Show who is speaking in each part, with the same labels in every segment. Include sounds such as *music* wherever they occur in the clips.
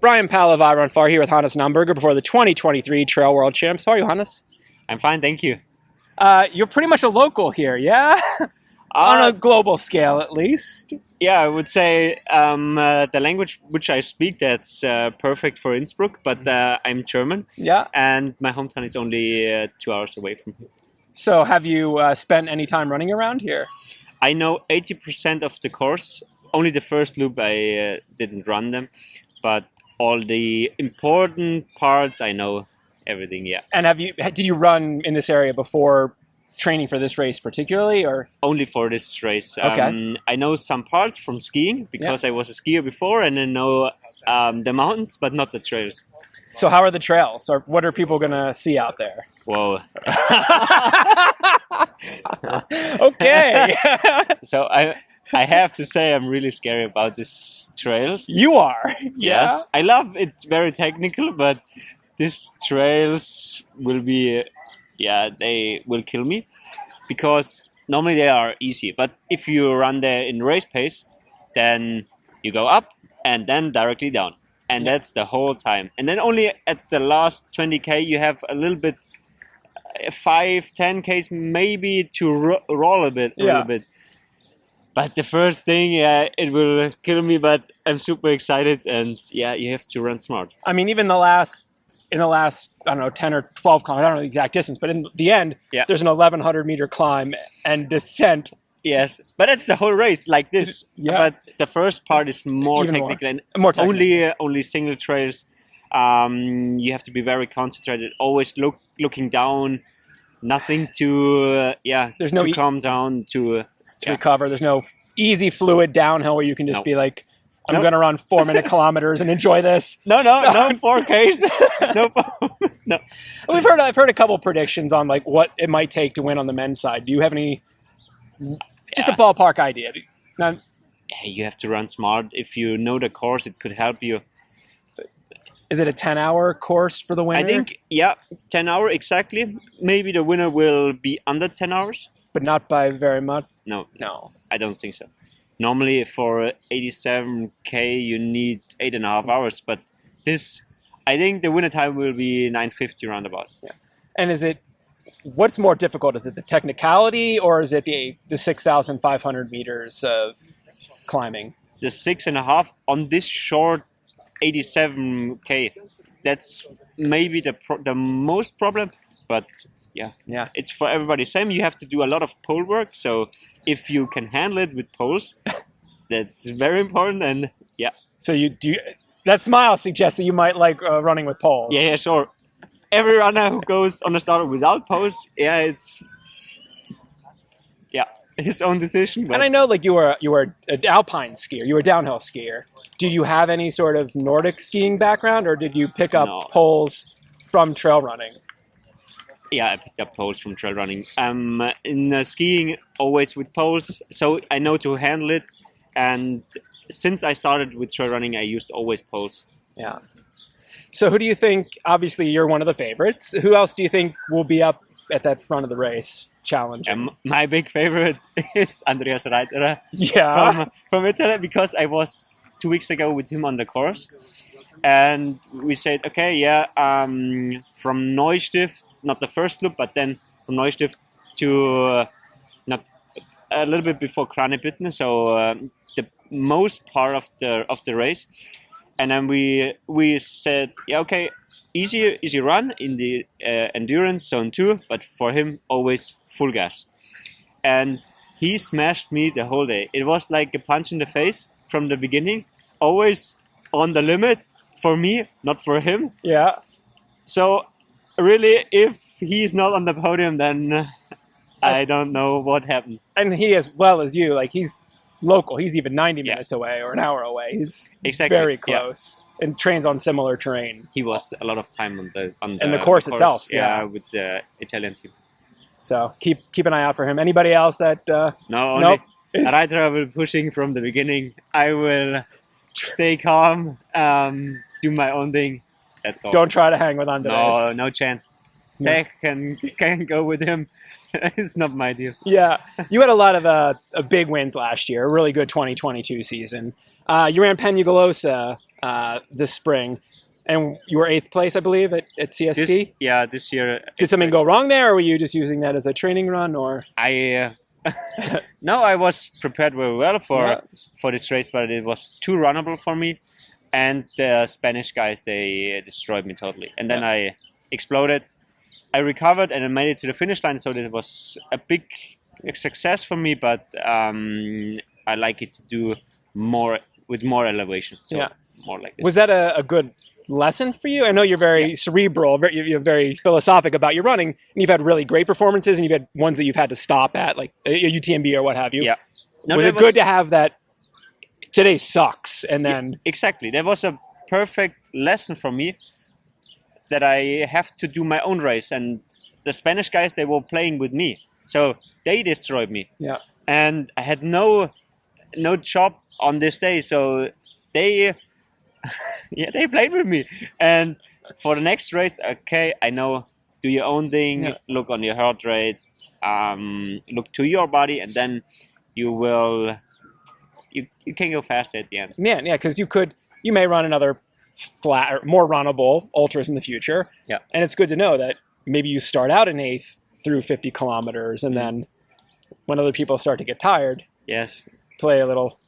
Speaker 1: Brian Palav, Iron Far here with Hannes Namberger before the 2023 Trail World Champs. How are you, Hannes?
Speaker 2: I'm fine, thank you.
Speaker 1: Uh, you're pretty much a local here, yeah? *laughs* On a global scale, at least.
Speaker 2: Uh, Yeah, I would say um, uh, the language which I speak that's uh, perfect for Innsbruck, but uh, I'm German,
Speaker 1: Yeah.
Speaker 2: and my hometown is only uh, two hours away from here.
Speaker 1: So, have you uh, spent any time running around here?
Speaker 2: I know 80% of the course. Only the first loop I uh, didn't run them, but all the important parts I know everything. Yeah,
Speaker 1: And have you did you run in this area before training for this race, particularly? Or
Speaker 2: only for this race.
Speaker 1: Okay.
Speaker 2: Um, I know some parts from skiing because I was a skier before, and I know um, the mountains, but not the trails.
Speaker 1: so, how are the trails? Or what are people gonna see out *laughs* there?
Speaker 2: Whoa.
Speaker 1: okay, *laughs*
Speaker 2: so I I have to say I'm really scary about these trails.
Speaker 1: you are.
Speaker 2: Yes, I love it. Very technical, but these trails will be, yeah, they will kill me because normally they are easy. But if you run there in race pace, then you go up and then directly down, and that's the whole time. And then only at the last 20k you have a little bit. uh, Five, ten k's maybe to ro- roll a bit, a
Speaker 1: Yeah.
Speaker 2: little bit. But the first thing, yeah, it will kill me. But I'm super excited, and yeah, you have to run smart.
Speaker 1: I mean, even the last in the last I don't know ten or twelve kilometers. I don't know the exact distance, but in the end,
Speaker 2: Yeah.
Speaker 1: there's an eleven hundred meter climb and descent.
Speaker 2: Yes, but that's the whole race like this.
Speaker 1: Yeah.
Speaker 2: But the first part is more
Speaker 1: Even more.
Speaker 2: technical and
Speaker 1: More technical.
Speaker 2: only uh, only single trails. Um, you have to be very concentrated. Always look looking down. Nothing to uh, yeah.
Speaker 1: There's no
Speaker 2: to
Speaker 1: e-
Speaker 2: calm down to. Uh,
Speaker 1: to
Speaker 2: yeah.
Speaker 1: recover. There's no f- easy fluid downhill where you can just
Speaker 2: No.
Speaker 1: be like, I'm
Speaker 2: No.
Speaker 1: going to run four
Speaker 2: *laughs*
Speaker 1: minute kilometers and enjoy this.
Speaker 2: No, no,
Speaker 1: *laughs*
Speaker 2: no, four Ks. *laughs* no, *laughs* four- no.
Speaker 1: We've heard I've heard a couple predictions on like what it might take to win on the men's side. Do you have any? Just a
Speaker 2: Yeah.
Speaker 1: ballpark idea. Not,
Speaker 2: Yeah, you have to run smart. If you know the course, it could help you.
Speaker 1: is it a ten hour course for the winner?
Speaker 2: I think yeah, ten hour exactly. Maybe the winner will be under ten hours.
Speaker 1: but not by very much.
Speaker 2: No,
Speaker 1: No.
Speaker 2: I don't think so. Normally for eighty-seven k you need eight and a half hours, but this, I think the winner time will be nine fifty roundabout.
Speaker 1: And is it? What's more difficult? Is it the technicality or is it the the six thousand five hundred meters of climbing?
Speaker 2: The six and a half on this short eighty-seven k, that's maybe the pro- the most problem, but. Yeah,
Speaker 1: Yeah.
Speaker 2: it's for everybody same. You have to do a lot of pole work, so if you can handle it with poles, *laughs* that's very important. And yeah,
Speaker 1: So you do. You, that smile suggests that you might like uh, running with poles.
Speaker 2: Yeah, yeah, sure. Every runner who goes on a starter without pose, yeah, it's yeah, his own decision. But
Speaker 1: And I know, like you were you were an alpine skier, you were a downhill skier. Do you have any sort of Nordic skiing background, or did you pick up
Speaker 2: No.
Speaker 1: poles from trail running?
Speaker 2: yeah, I picked up poles from trail running. Um, in uh, skiing, always with poles, so I know to handle it. And since I started with trail running, I used always poles.
Speaker 1: Yeah. So who do you think? Obviously, you're one of the favorites. Who else do you think will be up at that front of the race challenge?
Speaker 2: And Um, my big favorite *laughs* is Andreas Reiterer.
Speaker 1: yeah.
Speaker 2: from, from Italy because I was two weeks ago with him on the course, and we said, okay, yeah, um, from Neustift, not the first loop, but then from Neustift to uh, not a little bit before Kranjebitten, so um the most part of the of the race, and then we we said, yeah, okay. Easy, easy run in the uh, endurance zone two, but for him always full gas and he smashed me the whole day. It was like a punch in the face from the beginning, always on the limit for me, not for him.
Speaker 1: yeah.
Speaker 2: So, really, if he's not on the podium, then I don't know what happened.
Speaker 1: And he, as well as you, like he's local. He's even 90
Speaker 2: Yeah.
Speaker 1: minutes away or an hour away. He's
Speaker 2: Exactly.
Speaker 1: very
Speaker 2: yeah.
Speaker 1: close and trains on similar terrain.
Speaker 2: He was a lot of time on the on
Speaker 1: And the course itself, yeah.
Speaker 2: with the Italian team.
Speaker 1: So keep keep an eye out for him. Anybody else that? Uh,
Speaker 2: No, only
Speaker 1: nope. *laughs*
Speaker 2: Reiter will pushing from the beginning. I will stay calm, um, do my own thing. That's all.
Speaker 1: Don't try to hang with
Speaker 2: No,
Speaker 1: Andres.
Speaker 2: Oh. no chance.
Speaker 1: No.
Speaker 2: Tech can can go with him. *laughs* it's not my deal.
Speaker 1: Yeah, you had a lot of uh, uh, big wins last year. A really good 2022 season. Uh, you ran Peñagulosa uh, this spring, and you were eighth place, I believe, at, at CST.
Speaker 2: This, yeah, this year
Speaker 1: Did something go wrong there, or were you just using that as a training run? Or
Speaker 2: I uh, *laughs* no, I was prepared very well for
Speaker 1: Yeah.
Speaker 2: for this race, but it was too runnable for me. And the Spanish guys they uh, destroyed me totally, and then I exploded. I recovered and I made it to the finish line, so it was a big success for me. But um, I like it to do more with more elevation, so
Speaker 1: Yeah.
Speaker 2: more like this.
Speaker 1: was that a, a good lesson for you? I know you're very cerebral, very, you're very philosophic about your running, and you've had really great performances, and you've had ones that you've had to stop at, like uh, a a UTMB or what have you.
Speaker 2: Yeah. No,
Speaker 1: was
Speaker 2: that
Speaker 1: it good to have that? Today sucks, and
Speaker 2: Yeah,
Speaker 1: then
Speaker 2: exactly that was a perfect lesson for me that i have to do my own race and the spanish guys they were playing with me so they destroyed me
Speaker 1: Yeah.
Speaker 2: and i had no no job on this day so they *laughs* yeah they played with me and for the next race okay i know do your own thing
Speaker 1: Yeah.
Speaker 2: look on your heart rate um, look to your body and then you will you, you can go faster at the end
Speaker 1: man, yeah, because you could, you may run another flat or more runnable ultras in the future.
Speaker 2: Yeah.
Speaker 1: And it's good to know that maybe you start out in eighth through 50 kilometers,
Speaker 2: Mm-hmm.
Speaker 1: and then when other people start to get tired,
Speaker 2: yes
Speaker 1: play a little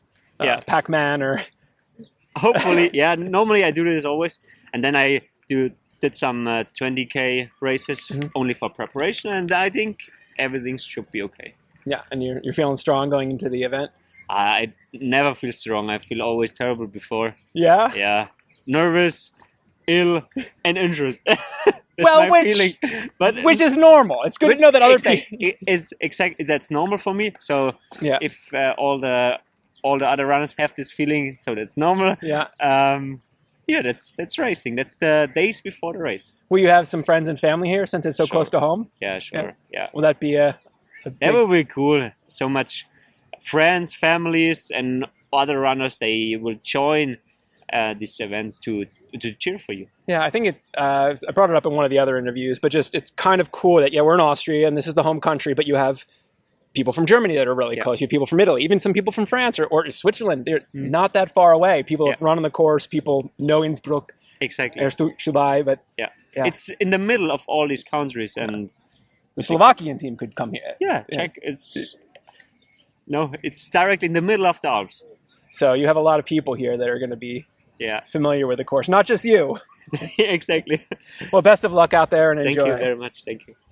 Speaker 1: uh,
Speaker 2: Yeah.
Speaker 1: Pac-Man or *laughs*
Speaker 2: hopefully yeah normally i do this always and then i do did some uh, 20k races
Speaker 1: Mhm.
Speaker 2: only for preparation and i think everything should be okay
Speaker 1: yeah, and you're you're feeling strong going into the event.
Speaker 2: i never feel strong i feel always terrible before
Speaker 1: Yeah.
Speaker 2: yeah nervous ill and injured *laughs*
Speaker 1: Well, which-
Speaker 2: but
Speaker 1: Which is normal. It's good to know that *laughs* other people.
Speaker 2: is exactly that's normal for me so
Speaker 1: Yeah.
Speaker 2: if uh, all the all the other runners have this feeling so that's normal
Speaker 1: Yeah.
Speaker 2: um, yeah, that's that's racing. That's the days before the race.
Speaker 1: Will you have some friends and family here since it's so
Speaker 2: Sure.
Speaker 1: close to home?
Speaker 2: Yeah, sure. Yeah,
Speaker 1: Will that be a, a big,
Speaker 2: that will be cool. So much friends, families, and other runners. They will join uh, this event to to cheer for you.
Speaker 1: Yeah, I think it's. Uh, I brought it up in one of the other interviews, but just it's kind of cool that yeah, we're in Austria and this is the home country, but you have people from Germany that are really
Speaker 2: Yeah.
Speaker 1: close. You have people from Italy, even some people from France or, or Switzerland. They're not that far away. People have run on the course. People know Innsbruck,
Speaker 2: Exactly.
Speaker 1: yeah. Stubai, but
Speaker 2: yeah.
Speaker 1: Yeah.
Speaker 2: it's in the middle of all these countries, and
Speaker 1: the Slovakian team could come here.
Speaker 2: yeah,
Speaker 1: Yeah.
Speaker 2: check. It's no, it's directly in the middle of the Alps.
Speaker 1: So you have a lot of people here that are going to be
Speaker 2: Yeah,
Speaker 1: familiar with the course, not just you.
Speaker 2: *laughs* exactly.
Speaker 1: Well, best of luck out there and
Speaker 2: Thank
Speaker 1: enjoy.
Speaker 2: you very much. Thank you.